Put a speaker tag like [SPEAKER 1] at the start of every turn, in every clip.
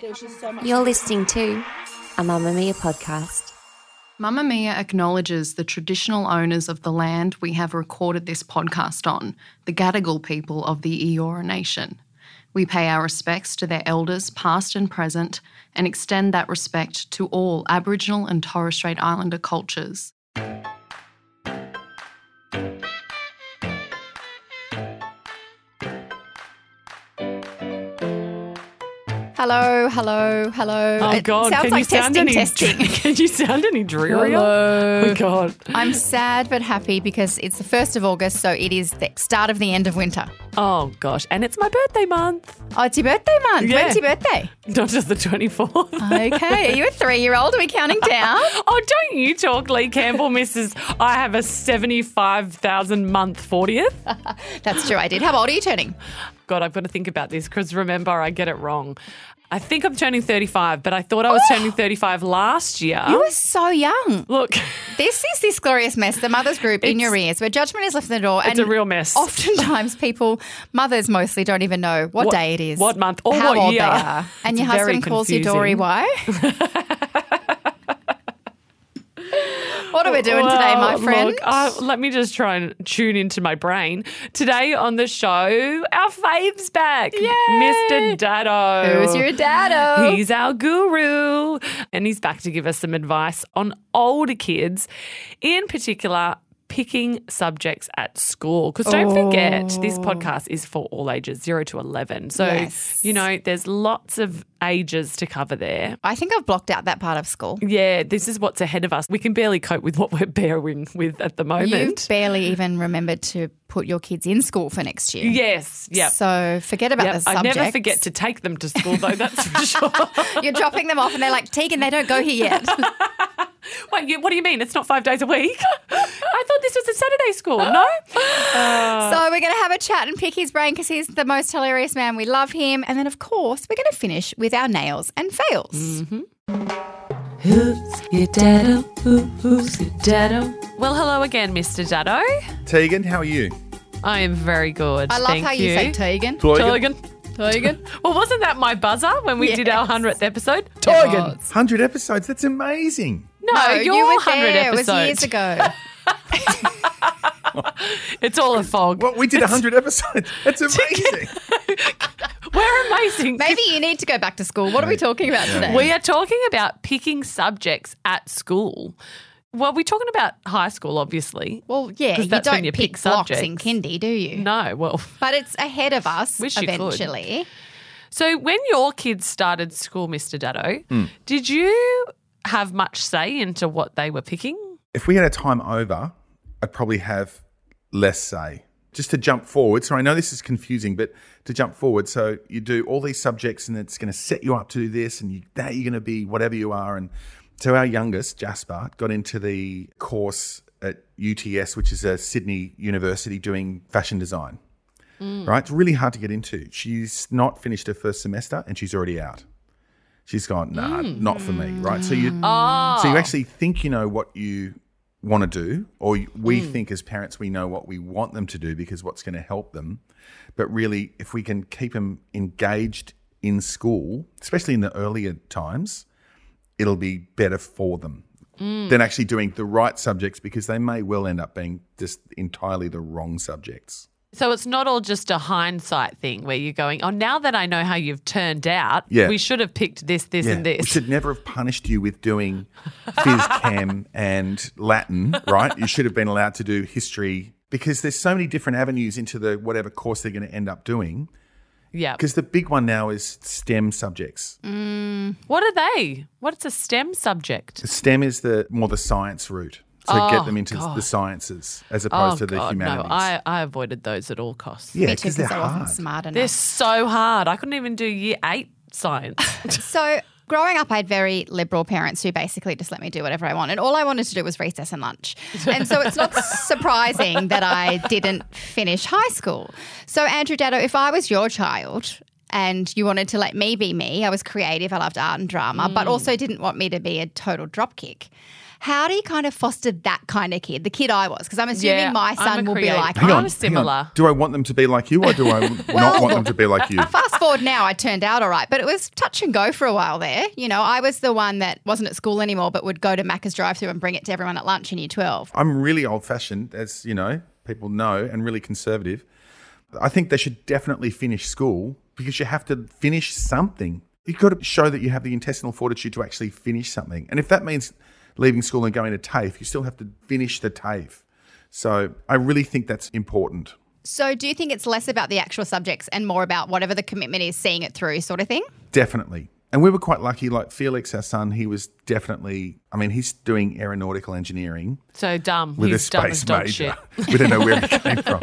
[SPEAKER 1] There's just so much.
[SPEAKER 2] You're listening to a Mamma Mia podcast.
[SPEAKER 3] Mamma Mia acknowledges the traditional owners of the land we have recorded this podcast on, the Gadigal people of the Eora Nation. We pay our respects to their elders, past and present, and extend that respect to all Aboriginal and Torres Strait Islander cultures.
[SPEAKER 1] Hello, hello, hello.
[SPEAKER 4] Oh
[SPEAKER 1] It
[SPEAKER 4] God!
[SPEAKER 1] sounds
[SPEAKER 4] can
[SPEAKER 1] like
[SPEAKER 4] you sound
[SPEAKER 1] testing,
[SPEAKER 4] any?
[SPEAKER 1] testing.
[SPEAKER 4] Can you sound any drearier? Oh God!
[SPEAKER 1] I'm sad but happy because it's the first of August, so it is the start of the end of winter.
[SPEAKER 4] Oh gosh! And it's my birthday month.
[SPEAKER 1] Oh, it's your birthday month.
[SPEAKER 4] Yeah.
[SPEAKER 1] When's your birthday?
[SPEAKER 4] Not just the twenty fourth.
[SPEAKER 1] Uh. Okay, are you a three-year-old? Are we counting down?
[SPEAKER 4] Oh, don't you talk, Lee Campbell, Mrs. I have a 75,000 month 40th.
[SPEAKER 1] Uh. That's true. I did. How old are you turning?
[SPEAKER 4] God, I've got to think about this because remember, I get it wrong. I think I'm turning 35, but I thought I was turning 35 last year.
[SPEAKER 1] You were so young.
[SPEAKER 4] Look,
[SPEAKER 1] This is this glorious mess, the mothers group in your ears, where judgment is left in the door.
[SPEAKER 4] it's a real mess.
[SPEAKER 1] Oftentimes, people, mothers mostly, don't even know what,
[SPEAKER 4] What-
[SPEAKER 1] day it is,
[SPEAKER 4] what month or
[SPEAKER 1] how
[SPEAKER 4] what
[SPEAKER 1] old
[SPEAKER 4] year.
[SPEAKER 1] they are, and
[SPEAKER 4] It's
[SPEAKER 1] your
[SPEAKER 4] very
[SPEAKER 1] husband calls you Dory.
[SPEAKER 4] confusing.
[SPEAKER 1] Why? what are we doing today, my
[SPEAKER 4] Well,
[SPEAKER 1] friend?
[SPEAKER 4] Look, uh, let me just try and tune into my brain. Today on the show, our fave's back. Mr. Dado.
[SPEAKER 1] Who's your daddo?
[SPEAKER 4] He's our guru. And he's back to give us some advice on older kids, in particular, picking subjects at school. Because don't forget, this podcast is for all ages, zero to 11. So,
[SPEAKER 1] Oh. Yes.
[SPEAKER 4] you know, there's lots of ages to cover there.
[SPEAKER 1] I think I've blocked out that part of school.
[SPEAKER 4] Yeah, this is what's ahead of us. We can barely cope with what we're bearing with at the
[SPEAKER 1] You
[SPEAKER 4] moment.
[SPEAKER 1] barely even remembered to put your kids in school for next year.
[SPEAKER 4] yes. Yep.
[SPEAKER 1] So forget about
[SPEAKER 4] Yep.
[SPEAKER 1] the
[SPEAKER 4] I
[SPEAKER 1] subject.
[SPEAKER 4] never forget to take them to school, though, that's for sure.
[SPEAKER 1] You're dropping them off, and they're like, Tegan, they don't go here yet.
[SPEAKER 4] Wait, you- what do you mean? It's not five days a week? I thought this was a Saturday school. No? Oh.
[SPEAKER 1] So we're going to have a chat and pick his brain because he's the most hilarious man. We love him. And then, of course, we're going to finish with our nails and fails.
[SPEAKER 4] Mm-hmm.
[SPEAKER 5] Who's your daddo? Who, who's your daddo?
[SPEAKER 4] Well, hello again, Mr. Dado.
[SPEAKER 6] Tegan, how are you?
[SPEAKER 4] I am very good.
[SPEAKER 1] I love
[SPEAKER 4] Thank
[SPEAKER 1] how you, say Tegan.
[SPEAKER 4] Tegan. Tegan. Well, wasn't that my buzzer when we did our
[SPEAKER 1] Yes.
[SPEAKER 4] 100th episode?
[SPEAKER 1] Tegan.
[SPEAKER 6] 100 episodes, that's amazing.
[SPEAKER 4] No, your
[SPEAKER 1] you were
[SPEAKER 4] 100
[SPEAKER 1] there.
[SPEAKER 4] episode.
[SPEAKER 1] It was years ago.
[SPEAKER 4] It's all a fog.
[SPEAKER 6] What, we did 100 episodes? That's amazing.
[SPEAKER 4] We're amazing.
[SPEAKER 1] Maybe you need to go back to school. What are we talking about today?
[SPEAKER 4] We are talking about picking subjects at school. Well, we're talking about high school, obviously.
[SPEAKER 1] well, yeah,
[SPEAKER 4] 'Cause
[SPEAKER 1] you
[SPEAKER 4] that's
[SPEAKER 1] don't
[SPEAKER 4] when you
[SPEAKER 1] pick,
[SPEAKER 4] pick
[SPEAKER 1] blocks in
[SPEAKER 4] subjects.
[SPEAKER 1] kindy, do you?
[SPEAKER 4] No, well,
[SPEAKER 1] But it's ahead of us
[SPEAKER 4] Wish you could.
[SPEAKER 1] eventually.
[SPEAKER 4] so when your kids started school, Mr. Dado,
[SPEAKER 6] Hmm.
[SPEAKER 4] did you have much say into what they were picking?
[SPEAKER 6] if we had a time over, I'd probably have less say. Just to jump forward. So I know this is confusing, but to jump forward. So you do all these subjects and it's going to set you up to do this and you, that you're going to be whatever you are. And so our youngest, Jasper, got into the course at UTS, which is a Sydney university doing fashion design. Right? It's really hard to get into. She's not finished her first semester and she's already out. She's gone, nah, not for me. Right? So you, so you actually think you know what you want to do, or you- we think as parents we know what we want them to do because what's going to help them. But really, if we can keep them engaged in school, especially in the earlier times, it'll be better for them than actually doing the right subjects because they may well end up being just entirely the wrong subjects.
[SPEAKER 4] So it's not all just a hindsight thing where you're going, oh, now that I know how you've turned out,
[SPEAKER 6] Yeah.
[SPEAKER 4] we should have picked this, this, and
[SPEAKER 6] We
[SPEAKER 4] this.
[SPEAKER 6] should never have punished you with doing phys chem and Latin, right? You should have been allowed to do history because there's so many different avenues into the whatever course they're going to end up doing.
[SPEAKER 4] yeah.
[SPEAKER 6] Because the big one now is STEM subjects.
[SPEAKER 4] Mm. What are they? What's a STEM subject?
[SPEAKER 6] STEM is the more the science route. to get
[SPEAKER 4] Oh,
[SPEAKER 6] them into
[SPEAKER 4] God.
[SPEAKER 6] the sciences as opposed to the humanities.
[SPEAKER 4] Oh, No, I, I avoided those at all costs.
[SPEAKER 6] yeah,
[SPEAKER 1] Me too,
[SPEAKER 6] because they're
[SPEAKER 1] because I wasn't
[SPEAKER 6] hard.
[SPEAKER 1] smart enough.
[SPEAKER 4] They're so hard. I couldn't even do year eight science.
[SPEAKER 1] So growing up, I had very liberal parents who basically just let me do whatever I wanted. All I wanted to do was recess and lunch. And so it's not surprising that I didn't finish high school. So Andrew Dado, if I was your child and you wanted to let me be me, I was creative, I loved art and drama,
[SPEAKER 4] Mm.
[SPEAKER 1] but also didn't want me to be a total dropkick. How do you kind of foster that kind of kid, the kid I was? Because I'm assuming
[SPEAKER 4] Yeah,
[SPEAKER 1] my
[SPEAKER 4] I'm
[SPEAKER 1] son
[SPEAKER 4] a
[SPEAKER 1] will be
[SPEAKER 4] creative.
[SPEAKER 1] like,
[SPEAKER 4] Hang
[SPEAKER 1] "Oh,
[SPEAKER 4] on. I'm similar.
[SPEAKER 6] Do I want them to be like you or do I not want them to be like you?
[SPEAKER 1] fast forward now, I turned out all right, but it was touch and go for a while there. You know, I was the one that wasn't at school anymore, but would go to Macca's drive through and bring it to everyone at lunch in year 12.
[SPEAKER 6] I'm really old fashioned, as you know, people know, and really conservative. I think they should definitely finish school because you have to finish something. You've got to show that you have the intestinal fortitude to actually finish something. And if that means leaving school and going to TAFE, you still have to finish the TAFE. So I really think that's important.
[SPEAKER 1] So, do you think it's less about the actual subjects and more about whatever the commitment is, seeing it through, sort of thing?
[SPEAKER 6] Definitely. And we were quite lucky, like Felix, our son, he was definitely, I mean, he's doing aeronautical engineering.
[SPEAKER 4] so dumb.
[SPEAKER 6] with
[SPEAKER 4] He's
[SPEAKER 6] a
[SPEAKER 4] dumb as
[SPEAKER 6] space
[SPEAKER 4] dog
[SPEAKER 6] major.
[SPEAKER 4] shit.
[SPEAKER 6] we don't know where he came from.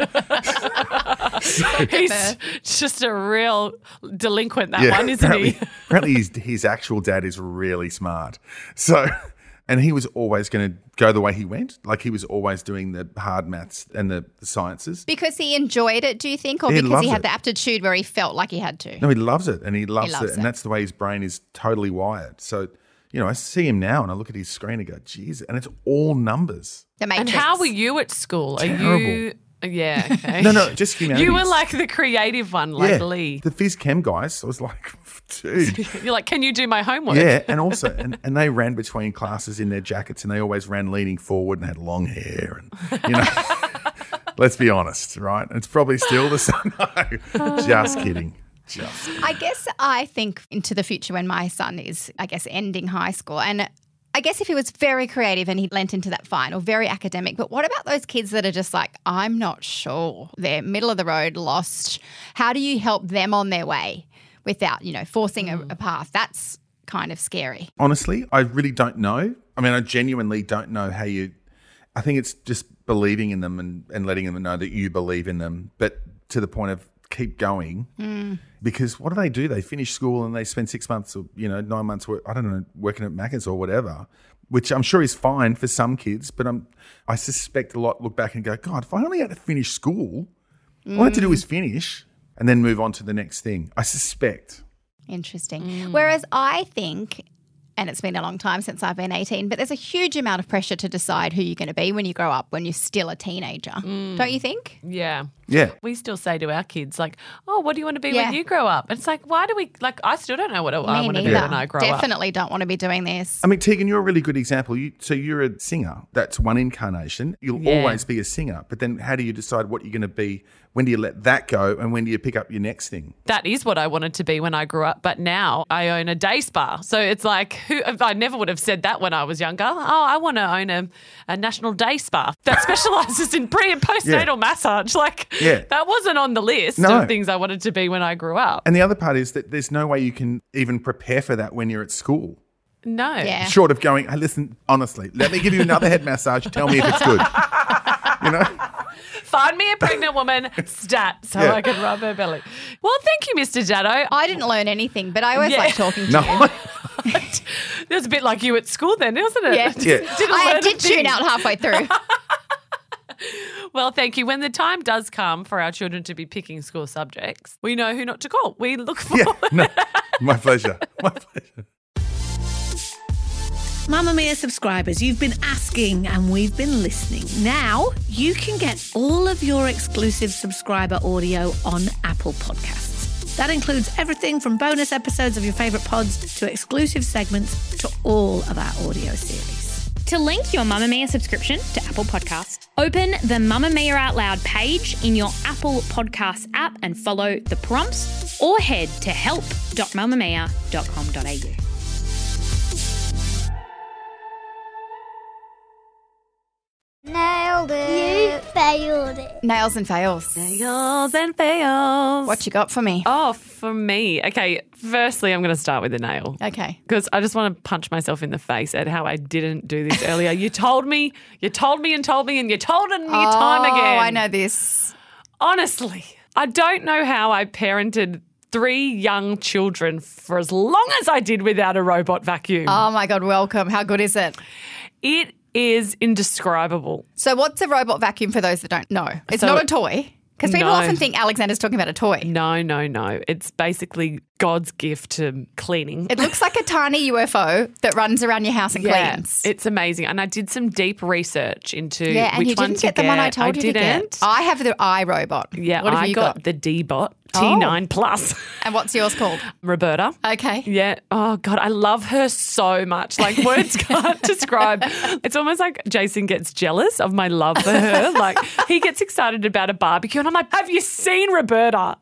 [SPEAKER 4] He's just a real delinquent, that one, isn't
[SPEAKER 6] apparently,
[SPEAKER 4] he?
[SPEAKER 6] apparently his, his actual dad is really smart. So, and he was always going to go the way he went. Like he was always doing the hard maths and the, the sciences.
[SPEAKER 1] Because he enjoyed it, do you think? Or
[SPEAKER 6] He
[SPEAKER 1] because he
[SPEAKER 6] loved
[SPEAKER 1] had
[SPEAKER 6] it.
[SPEAKER 1] the aptitude where he felt like he had to?
[SPEAKER 6] No, he loves it, and he loves,
[SPEAKER 1] loves
[SPEAKER 6] it, and
[SPEAKER 1] it.
[SPEAKER 6] that's the way his brain is totally wired. So, you know, I see him now, and I look at his screen and go, "Geez," and it's all numbers.
[SPEAKER 1] The
[SPEAKER 4] And
[SPEAKER 1] matrix.
[SPEAKER 4] how were you at school? Are you? Yeah. Okay.
[SPEAKER 6] No, no, just humanities.
[SPEAKER 4] You were like the creative one, like Lee.
[SPEAKER 6] the phys chem guys. I was like, dude,
[SPEAKER 4] You're like, can you do my homework?
[SPEAKER 6] Yeah, and also, and, and they ran between classes in their jackets, and they always ran leaning forward and had long hair, and you know. Let's be honest, right? It's probably still the same. No, just kidding. Just kidding.
[SPEAKER 1] I guess I think into the future when my son is, I guess, ending high school. And I guess if he was very creative and he lent into that fine or very academic, but what about those kids that are just like, I'm not sure? They're middle of the road, lost. How do you help them on their way without, you know, forcing a, a path? That's kind of scary.
[SPEAKER 6] honestly, I really don't know. I mean, I genuinely don't know how you. I think it's just believing in them and, and letting them know that you believe in them, but to the point of keep going. Because what do they do? They finish school and they spend six months or, you know, nine months, wor- I don't know, working at Macca's or whatever, which I'm sure is fine for some kids, but I'm, I suspect a lot look back and go, God, if I only had to finish school, all I had to do is finish and then move on to the next thing. I suspect.
[SPEAKER 1] Interesting. Whereas I think, and it's been a long time since I've been 18, but there's a huge amount of pressure to decide who you're going to be when you grow up, when you're still a teenager. Don't you think?
[SPEAKER 4] Yeah.
[SPEAKER 6] Yeah.
[SPEAKER 4] We still say to our kids, like, oh, what do you want to be
[SPEAKER 1] Yeah.
[SPEAKER 4] when you grow up? And it's like, why do we, like, I still don't know what I, I
[SPEAKER 1] Me
[SPEAKER 4] want to be
[SPEAKER 1] neither.
[SPEAKER 4] when I grow up.
[SPEAKER 1] Definitely don't want to be doing this.
[SPEAKER 6] I mean, Tegan, you're a really good example. You, so you're a singer. That's one incarnation. You'll
[SPEAKER 4] Yeah.
[SPEAKER 6] always be a singer. But then, how do you decide what you're going to be? When do you let that go? And when do you pick up your next thing?
[SPEAKER 4] That is what I wanted to be when I grew up. But now I own a day spa. So it's like, who, I never would have said that when I was younger. Oh, I want to own a, a national day spa that specializes in pre and postnatal massage. Like,
[SPEAKER 6] Yeah.
[SPEAKER 4] that wasn't on the list
[SPEAKER 6] No.
[SPEAKER 4] of things I wanted to be when I grew up.
[SPEAKER 6] And the other part is that there's no way you can even prepare for that when you're at school.
[SPEAKER 4] no.
[SPEAKER 1] Yeah.
[SPEAKER 6] Short of going, hey, listen, honestly, let me give you another head massage. Tell me if it's good. You know?
[SPEAKER 4] Find me a pregnant woman, stat, so
[SPEAKER 6] Yeah.
[SPEAKER 4] I can rub her belly. Well, thank you, Oh, Mr. Dado.
[SPEAKER 1] I didn't learn anything, but I always
[SPEAKER 4] Yeah.
[SPEAKER 1] like talking to
[SPEAKER 6] No.
[SPEAKER 1] you.
[SPEAKER 4] it was a bit like you at school then, wasn't it?
[SPEAKER 1] Yeah.
[SPEAKER 6] Yeah.
[SPEAKER 4] Didn't learn
[SPEAKER 1] I
[SPEAKER 4] a
[SPEAKER 1] did
[SPEAKER 4] thing.
[SPEAKER 1] tune out halfway through.
[SPEAKER 4] Well, thank you. When the time does come for our children to be picking school subjects, we know who not to call. We look for.
[SPEAKER 6] Yeah. No. My pleasure. My pleasure.
[SPEAKER 7] Mamma Mia subscribers, you've been asking and we've been listening. Now you can get all of your exclusive subscriber audio on Apple Podcasts. That includes everything from bonus episodes of your favourite pods to exclusive segments to all of our audio series.
[SPEAKER 8] To link your Mamma Mia subscription to Apple Podcasts, open the Mamma Mia Out Loud page in your Apple Podcasts app and follow the prompts or head to help.mamamia.com.au.
[SPEAKER 9] Nailed it. You failed it.
[SPEAKER 1] Nails and fails.
[SPEAKER 4] Fails and fails.
[SPEAKER 1] What you got for me?
[SPEAKER 4] Oh, for me. Okay, firstly, I'm going to start with the nail.
[SPEAKER 1] Okay.
[SPEAKER 4] Because I just want to punch myself in the face at how I didn't do this earlier. you told me, you told me and told me and you told me time again.
[SPEAKER 1] Oh, I know this.
[SPEAKER 4] Honestly, I don't know how I parented three young children for as long as I did without a robot vacuum.
[SPEAKER 1] Oh my god, welcome. How good is it?
[SPEAKER 4] it is indescribable.
[SPEAKER 1] So what's a robot vacuum for those that don't know? It's
[SPEAKER 4] So-
[SPEAKER 1] not a toy. Because people
[SPEAKER 4] No.
[SPEAKER 1] often think Alexander's talking about a toy.
[SPEAKER 4] No, no, no. It's basically God's gift to cleaning.
[SPEAKER 1] It looks like a tiny UFO that runs around your house and cleans.
[SPEAKER 4] It's amazing. And I did some deep research into
[SPEAKER 1] yeah, and
[SPEAKER 4] which
[SPEAKER 1] you
[SPEAKER 4] one
[SPEAKER 1] didn't
[SPEAKER 4] to
[SPEAKER 1] get the one I told you
[SPEAKER 4] didn't. Oh,
[SPEAKER 1] to get. I have the iRobot.
[SPEAKER 4] yeah,
[SPEAKER 1] what have
[SPEAKER 4] I
[SPEAKER 1] you
[SPEAKER 4] got,
[SPEAKER 1] got? Oh.
[SPEAKER 4] the D bot T9 Plus.
[SPEAKER 1] And what's yours called?
[SPEAKER 4] Roberta.
[SPEAKER 1] Okay.
[SPEAKER 4] Yeah. Oh God, I love her so much. Like words can't describe. It's almost like Jason gets jealous of my love for her. Like he gets excited about a barbecue, and I'm like, "Have you seen Roberta?"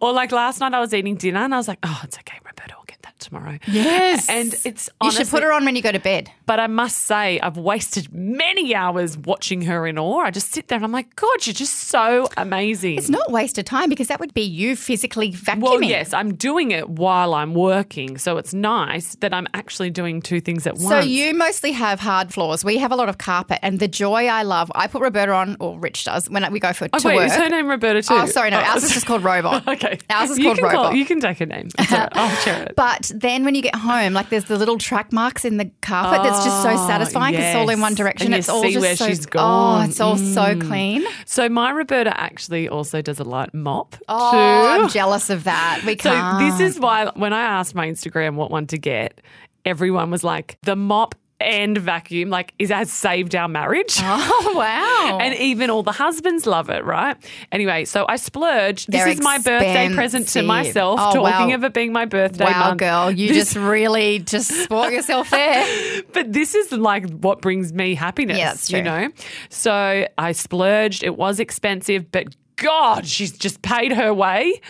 [SPEAKER 4] Or like last night, I was eating dinner, and I was like, "Oh, it's okay, Roberta. I'll get that tomorrow."
[SPEAKER 1] Yes.
[SPEAKER 4] And it's
[SPEAKER 1] You
[SPEAKER 4] honestly,
[SPEAKER 1] should put her on when you go to bed.
[SPEAKER 4] But I must say, I've wasted many hours watching her in awe. I just sit there and I'm like, God, you're just so amazing.
[SPEAKER 1] It's not wasted time because that would be you physically vacuuming.
[SPEAKER 4] Well, yes, I'm doing it while I'm working, so it's nice that I'm actually doing two things at
[SPEAKER 1] So
[SPEAKER 4] once.
[SPEAKER 1] you mostly have hard floors. We have a lot of carpet, and the joy I love. I put Roberta on, or Rich does when we go for
[SPEAKER 4] oh,
[SPEAKER 1] to
[SPEAKER 4] wait,
[SPEAKER 1] work.
[SPEAKER 4] is her name Roberta too?
[SPEAKER 1] Oh, sorry, no, ours is just called Robot.
[SPEAKER 4] okay,
[SPEAKER 1] ours is
[SPEAKER 4] you
[SPEAKER 1] called
[SPEAKER 4] can call-
[SPEAKER 1] Robot.
[SPEAKER 4] you can take her name. It's all right. I'll share it.
[SPEAKER 1] But then when you get home, like there's the little track marks in the carpet that's just so satisfying because it's all in
[SPEAKER 4] Oh, yes.
[SPEAKER 1] one direction.
[SPEAKER 4] And you
[SPEAKER 1] it's all
[SPEAKER 4] see
[SPEAKER 1] just
[SPEAKER 4] where
[SPEAKER 1] so,
[SPEAKER 4] she's gone. Mm.
[SPEAKER 1] Oh, it's all so clean.
[SPEAKER 4] So my Roberta actually also does a light mop
[SPEAKER 1] Oh,
[SPEAKER 4] too.
[SPEAKER 1] I'm jealous of that. We
[SPEAKER 4] So
[SPEAKER 1] can't.
[SPEAKER 4] this is why when I asked my Instagram what one to get, everyone was like, the mop and vacuum, like, is has saved our marriage.
[SPEAKER 1] Oh wow!
[SPEAKER 4] And even all the husbands love it, right? Anyway, so I splurged.
[SPEAKER 1] They're
[SPEAKER 4] this is my birthday present to
[SPEAKER 1] expensive.
[SPEAKER 4] myself,
[SPEAKER 1] Oh,
[SPEAKER 4] talking
[SPEAKER 1] wow.
[SPEAKER 4] of it being my birthday
[SPEAKER 1] wow,
[SPEAKER 4] month.
[SPEAKER 1] girl, you
[SPEAKER 4] This-
[SPEAKER 1] just really just sport yourself there.
[SPEAKER 4] But this is like what brings me happiness,
[SPEAKER 1] Yeah, that's
[SPEAKER 4] you
[SPEAKER 1] true.
[SPEAKER 4] know? So I splurged. It was expensive, but God, she's just paid her way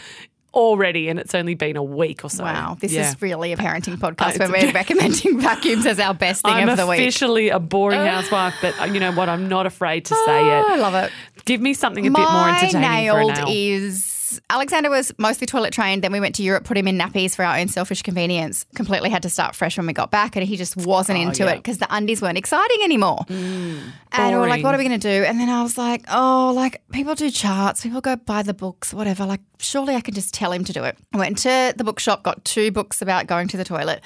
[SPEAKER 4] already. And it's only been a week or so.
[SPEAKER 1] Wow, this
[SPEAKER 4] Yeah.
[SPEAKER 1] is really a parenting podcast
[SPEAKER 4] it's-
[SPEAKER 1] when we're recommending vacuums as our best thing
[SPEAKER 4] I'm
[SPEAKER 1] of the week.
[SPEAKER 4] officially a boring housewife, but uh, you know what? I'm not afraid to say it.
[SPEAKER 1] Oh, I love it.
[SPEAKER 4] Give me something a
[SPEAKER 1] My
[SPEAKER 4] bit more entertaining
[SPEAKER 1] nailed
[SPEAKER 4] for a nail.
[SPEAKER 1] is Alexander was mostly toilet trained. Then we went to Europe, put him in nappies for our own selfish convenience. Completely had to start fresh when we got back, and he just wasn't
[SPEAKER 4] Oh,
[SPEAKER 1] into it because the undies weren't exciting anymore. and we were like,
[SPEAKER 4] Mm. boring.
[SPEAKER 1] "What are we going to do?" And then I was like, "Oh, like people do charts, people go buy the books, whatever. Like, surely I can just tell him to do it." I went to the bookshop, got two books about going to the toilet,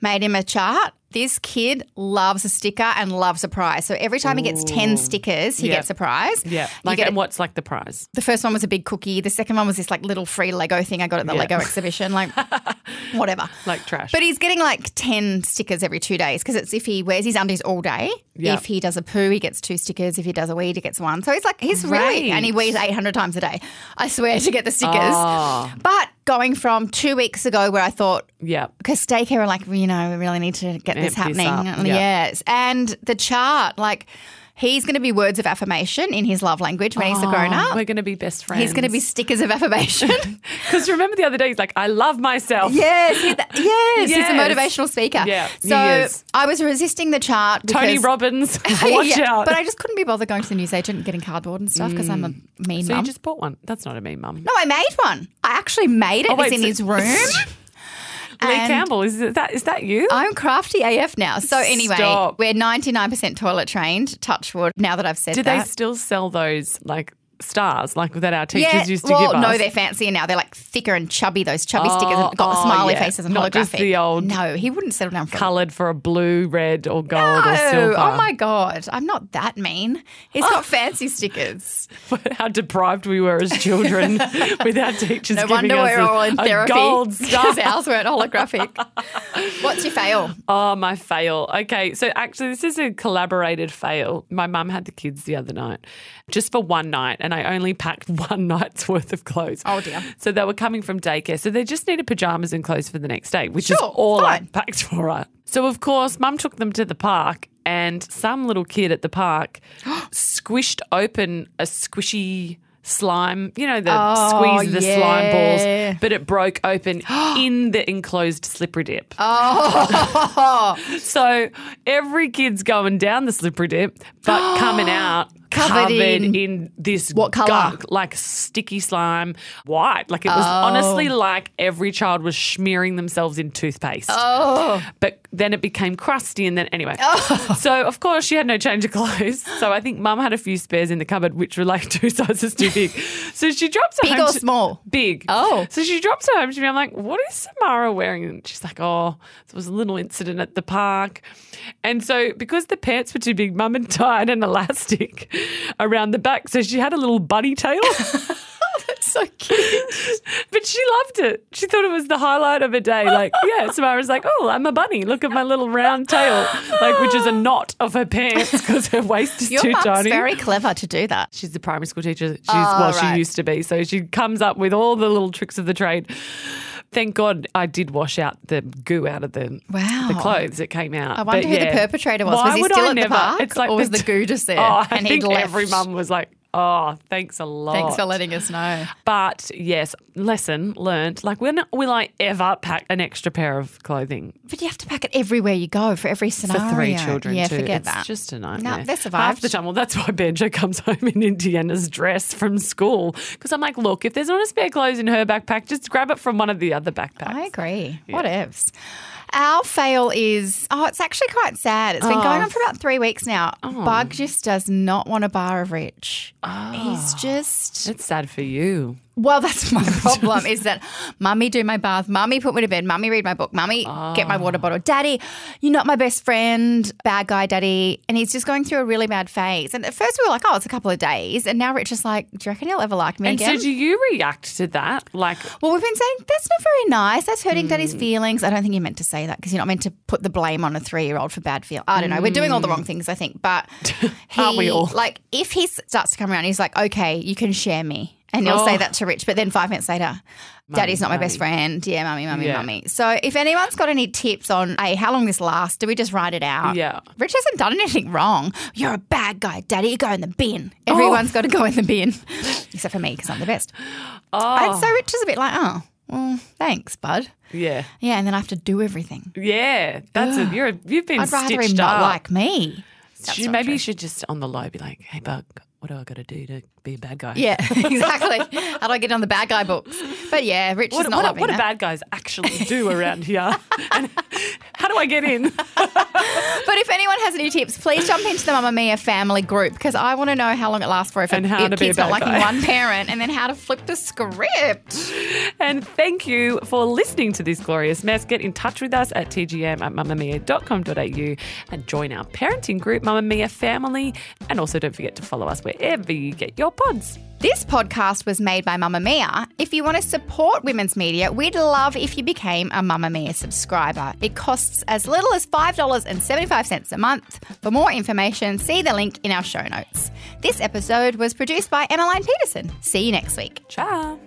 [SPEAKER 1] made him a chart. This kid loves a sticker and loves a prize. So every time he gets ten stickers, he
[SPEAKER 4] Yep.
[SPEAKER 1] gets a prize.
[SPEAKER 4] yeah.
[SPEAKER 1] You
[SPEAKER 4] Like,
[SPEAKER 1] get
[SPEAKER 4] and
[SPEAKER 1] a-
[SPEAKER 4] what's like the prize?
[SPEAKER 1] the first one was a big cookie. The second one was this like little free Lego thing I got at the
[SPEAKER 4] Yeah.
[SPEAKER 1] Lego exhibition, like whatever.
[SPEAKER 4] Like trash.
[SPEAKER 1] But he's getting like 10 stickers every two days because it's if he wears his undies all day.
[SPEAKER 4] Yeah.
[SPEAKER 1] If he does a poo, he gets two stickers. If he does a wee, he gets one. So he's like, he's really,
[SPEAKER 4] Right.
[SPEAKER 1] and he wees 800 times a day, I swear, to get the stickers.
[SPEAKER 4] Ah.
[SPEAKER 1] But going from two weeks ago where I thought,
[SPEAKER 4] yeah.
[SPEAKER 1] because daycare are like, you know, we really need to get this
[SPEAKER 4] Amp this
[SPEAKER 1] happening.
[SPEAKER 4] up, yeah.
[SPEAKER 1] Yes. And the chart, like, he's going to be words of affirmation in his love language when he's a grown up.
[SPEAKER 4] Oh, We're going to be best friends.
[SPEAKER 1] He's going to be stickers of affirmation.
[SPEAKER 4] Because remember the other day, he's like, I love myself.
[SPEAKER 1] yes, he- th- yes, he's a
[SPEAKER 4] Yes.
[SPEAKER 1] motivational speaker.
[SPEAKER 4] Yeah, he
[SPEAKER 1] so
[SPEAKER 4] is.
[SPEAKER 1] I was resisting the chart. Because,
[SPEAKER 4] Tony Robbins, watch
[SPEAKER 1] Yeah,
[SPEAKER 4] out.
[SPEAKER 1] But I just couldn't be bothered going to the newsagent and getting cardboard and stuff because I'm a mean
[SPEAKER 4] Mm. so you
[SPEAKER 1] mum.
[SPEAKER 4] just bought one. That's not a mean mum.
[SPEAKER 1] no, I made one. I actually made it.
[SPEAKER 4] Oh, wait,
[SPEAKER 1] it's in
[SPEAKER 4] so-
[SPEAKER 1] his room.
[SPEAKER 4] Lee
[SPEAKER 1] And-
[SPEAKER 4] Campbell, is that is that you?
[SPEAKER 1] I'm crafty AF now. So anyway,
[SPEAKER 4] Stop.
[SPEAKER 1] we're 99% toilet trained. Touch wood. Now that I've said
[SPEAKER 4] Do
[SPEAKER 1] that.
[SPEAKER 4] they still sell those like stars like that our teachers used to
[SPEAKER 1] well,
[SPEAKER 4] give us?
[SPEAKER 1] no, they're fancier now. They're like thicker and chubby. Those chubby
[SPEAKER 4] Oh,
[SPEAKER 1] stickers and got
[SPEAKER 4] oh,
[SPEAKER 1] smiley
[SPEAKER 4] yeah.
[SPEAKER 1] faces and
[SPEAKER 4] Not
[SPEAKER 1] holographic.
[SPEAKER 4] just the old
[SPEAKER 1] no, he wouldn't settle down for a
[SPEAKER 4] coloured for a blue, red, or gold or
[SPEAKER 1] Oh,
[SPEAKER 4] silver.
[SPEAKER 1] oh my god! I'm not that mean. He's got fancy stickers.
[SPEAKER 4] How deprived we were as children with our teachers.
[SPEAKER 1] No
[SPEAKER 4] giving
[SPEAKER 1] wonder
[SPEAKER 4] us
[SPEAKER 1] we're
[SPEAKER 4] a-
[SPEAKER 1] all in
[SPEAKER 4] a
[SPEAKER 1] therapy.
[SPEAKER 4] Gold star.
[SPEAKER 1] because ours weren't holographic. What's your fail?
[SPEAKER 4] Oh, my fail. Okay, so actually, this is a collaborated fail. My mum had the kids the other night, just for one night, and I only packed one night's worth of clothes.
[SPEAKER 1] Oh, dear.
[SPEAKER 4] So they were coming from daycare, so they just needed pajamas and clothes for the next day, which is
[SPEAKER 1] Sure,
[SPEAKER 4] all
[SPEAKER 1] fine.
[SPEAKER 4] I packed for her. So of course, mum took them to the park, and some little kid at the park squished open a squishy. Slime, you know, the squeeze the slime
[SPEAKER 1] Oh, yeah.
[SPEAKER 4] balls, but it broke open in the enclosed slippery dip. So every kid's going down the slippery dip, but coming out
[SPEAKER 1] Covered in-
[SPEAKER 4] this
[SPEAKER 1] What colour? Oh.
[SPEAKER 4] gunk, like sticky slime, white. Like it was honestly like every child was smearing themselves in toothpaste. Oh. But then it became crusty and then anyway.
[SPEAKER 1] Oh.
[SPEAKER 4] So of course she had no change of clothes. So I think mum had a few spares in the cupboard which were like two sizes too big. So she drops her
[SPEAKER 1] Big
[SPEAKER 4] home
[SPEAKER 1] or
[SPEAKER 4] to-
[SPEAKER 1] small?
[SPEAKER 4] Big.
[SPEAKER 1] Oh.
[SPEAKER 4] So she drops her home to me. I'm like, what is Samara wearing? And she's like, oh, there was a little incident at the park. And so because the pants were too big, mum had tied an elastic around the back. So she had a little bunny tail. That's so cute. but she loved it. She thought it was the highlight of her day. Like, yeah, Samara's like, oh, I'm a bunny. Look at my little round tail, like, which is a knot of her pants because her waist is
[SPEAKER 1] Your
[SPEAKER 4] too
[SPEAKER 1] mum's
[SPEAKER 4] tiny.
[SPEAKER 1] very clever to do that.
[SPEAKER 4] She's the primary school teacher. She's
[SPEAKER 1] Oh,
[SPEAKER 4] well,
[SPEAKER 1] right.
[SPEAKER 4] she used to be. So she comes up with all the little tricks of the trade. Thank God I did wash out the goo out of the
[SPEAKER 1] Wow.
[SPEAKER 4] the clothes that came out.
[SPEAKER 1] I wonder
[SPEAKER 4] But
[SPEAKER 1] who the
[SPEAKER 4] yeah.
[SPEAKER 1] perpetrator was.
[SPEAKER 4] Why
[SPEAKER 1] was he
[SPEAKER 4] would
[SPEAKER 1] still
[SPEAKER 4] I
[SPEAKER 1] at
[SPEAKER 4] never?
[SPEAKER 1] the park?
[SPEAKER 4] It's like
[SPEAKER 1] or was the
[SPEAKER 4] t-
[SPEAKER 1] goo just there?
[SPEAKER 4] Oh, I
[SPEAKER 1] and
[SPEAKER 4] think
[SPEAKER 1] he'd left?
[SPEAKER 4] every mum was like, "Oh, thanks a lot.
[SPEAKER 1] Thanks for letting us know.
[SPEAKER 4] But yes, lesson learnt. Like when will I ever pack an extra pair of clothing
[SPEAKER 1] But you have to pack it everywhere you go for every
[SPEAKER 4] for
[SPEAKER 1] scenario.
[SPEAKER 4] three children
[SPEAKER 1] Yeah,
[SPEAKER 4] too?
[SPEAKER 1] forget
[SPEAKER 4] it's
[SPEAKER 1] that.
[SPEAKER 4] just a nightmare.
[SPEAKER 1] they survived.
[SPEAKER 4] Half the time. Well, that's why Benjo comes home in Indiana's dress from school because I'm like, look, if there's not a spare clothes in her backpack, just grab it from one of the other backpacks.
[SPEAKER 1] I agree. What ifs? Our fail is oh, it's actually quite sad. It's been going on for about three weeks now. Bug just does not want a bar of rich. He's just
[SPEAKER 4] It's sad for you.
[SPEAKER 1] well, that's my problem is that mummy do my bath, mummy put me to bed, mummy read my book, mummy get my
[SPEAKER 4] Ah.
[SPEAKER 1] water bottle, daddy, you're not my best friend, bad guy, daddy. And he's just going through a really bad phase. And at first we were like, oh, it's a couple of days, and now Rich is like, do you reckon he'll ever like me
[SPEAKER 4] And
[SPEAKER 1] again?
[SPEAKER 4] so, do you react to that? Like,
[SPEAKER 1] Well, we've been saying that's not very nice. That's hurting daddy's
[SPEAKER 4] Hmm.
[SPEAKER 1] feelings. I don't think you meant to say that because you're not meant to put the blame on a three year old for bad feel. I don't know. We're doing all the wrong things, I think. But he,
[SPEAKER 4] Hmm. Aren't we all?
[SPEAKER 1] like, if he starts to come around, he's like, okay, you can share me. And he'll
[SPEAKER 4] Oh.
[SPEAKER 1] say that to Rich. But then five minutes later, daddy's not my best friend. Yeah, mummy, mummy,
[SPEAKER 4] Yeah.
[SPEAKER 1] mummy. So if anyone's got any tips on, hey, how long this lasts, do we just write it out?
[SPEAKER 4] Yeah.
[SPEAKER 1] Rich hasn't done anything wrong. You're a bad guy, daddy. You go in the bin.
[SPEAKER 4] Oh.
[SPEAKER 1] Everyone's got to go in the bin, except for me because I'm the best. And so Rich is a bit like, oh, well, thanks, bud.
[SPEAKER 4] yeah,
[SPEAKER 1] Yeah, and then I have to do everything.
[SPEAKER 4] yeah, that's it. You're a, you've been
[SPEAKER 1] I'd rather him
[SPEAKER 4] stitched
[SPEAKER 1] not
[SPEAKER 4] up.
[SPEAKER 1] like me. That's
[SPEAKER 4] She-
[SPEAKER 1] not
[SPEAKER 4] maybe
[SPEAKER 1] true.
[SPEAKER 4] you should just on the low be like, hey, Bug, what do I got to do to be a bad guy?
[SPEAKER 1] Yeah, exactly. How do I get on the bad guy books? But yeah, Rich
[SPEAKER 4] What,
[SPEAKER 1] is not
[SPEAKER 4] what,
[SPEAKER 1] loving
[SPEAKER 4] what do
[SPEAKER 1] that.
[SPEAKER 4] bad guys actually do around here? and how do I get in?
[SPEAKER 1] But if anyone has any tips, please jump into the Mamma Mia family group because I want to know how long it lasts for if
[SPEAKER 4] And
[SPEAKER 1] a,
[SPEAKER 4] how
[SPEAKER 1] if
[SPEAKER 4] to be a
[SPEAKER 1] kid's
[SPEAKER 4] bad
[SPEAKER 1] not liking
[SPEAKER 4] guy.
[SPEAKER 1] one parent and then how to flip the script.
[SPEAKER 4] And thank you for listening to this glorious mess. Get in touch with us at tgm at mamamia.com.au and join our parenting group, Mamma Mia Family. And also don't forget to follow us wherever you get your pods.
[SPEAKER 1] This podcast was made by Mamma Mia. If you want to support women's media, we'd love if you became a Mamma Mia subscriber. It costs as little as $5.75 a month. For more information, see the link in our show notes. This episode was produced by Emmeline Peterson. See you next week.
[SPEAKER 4] Ciao.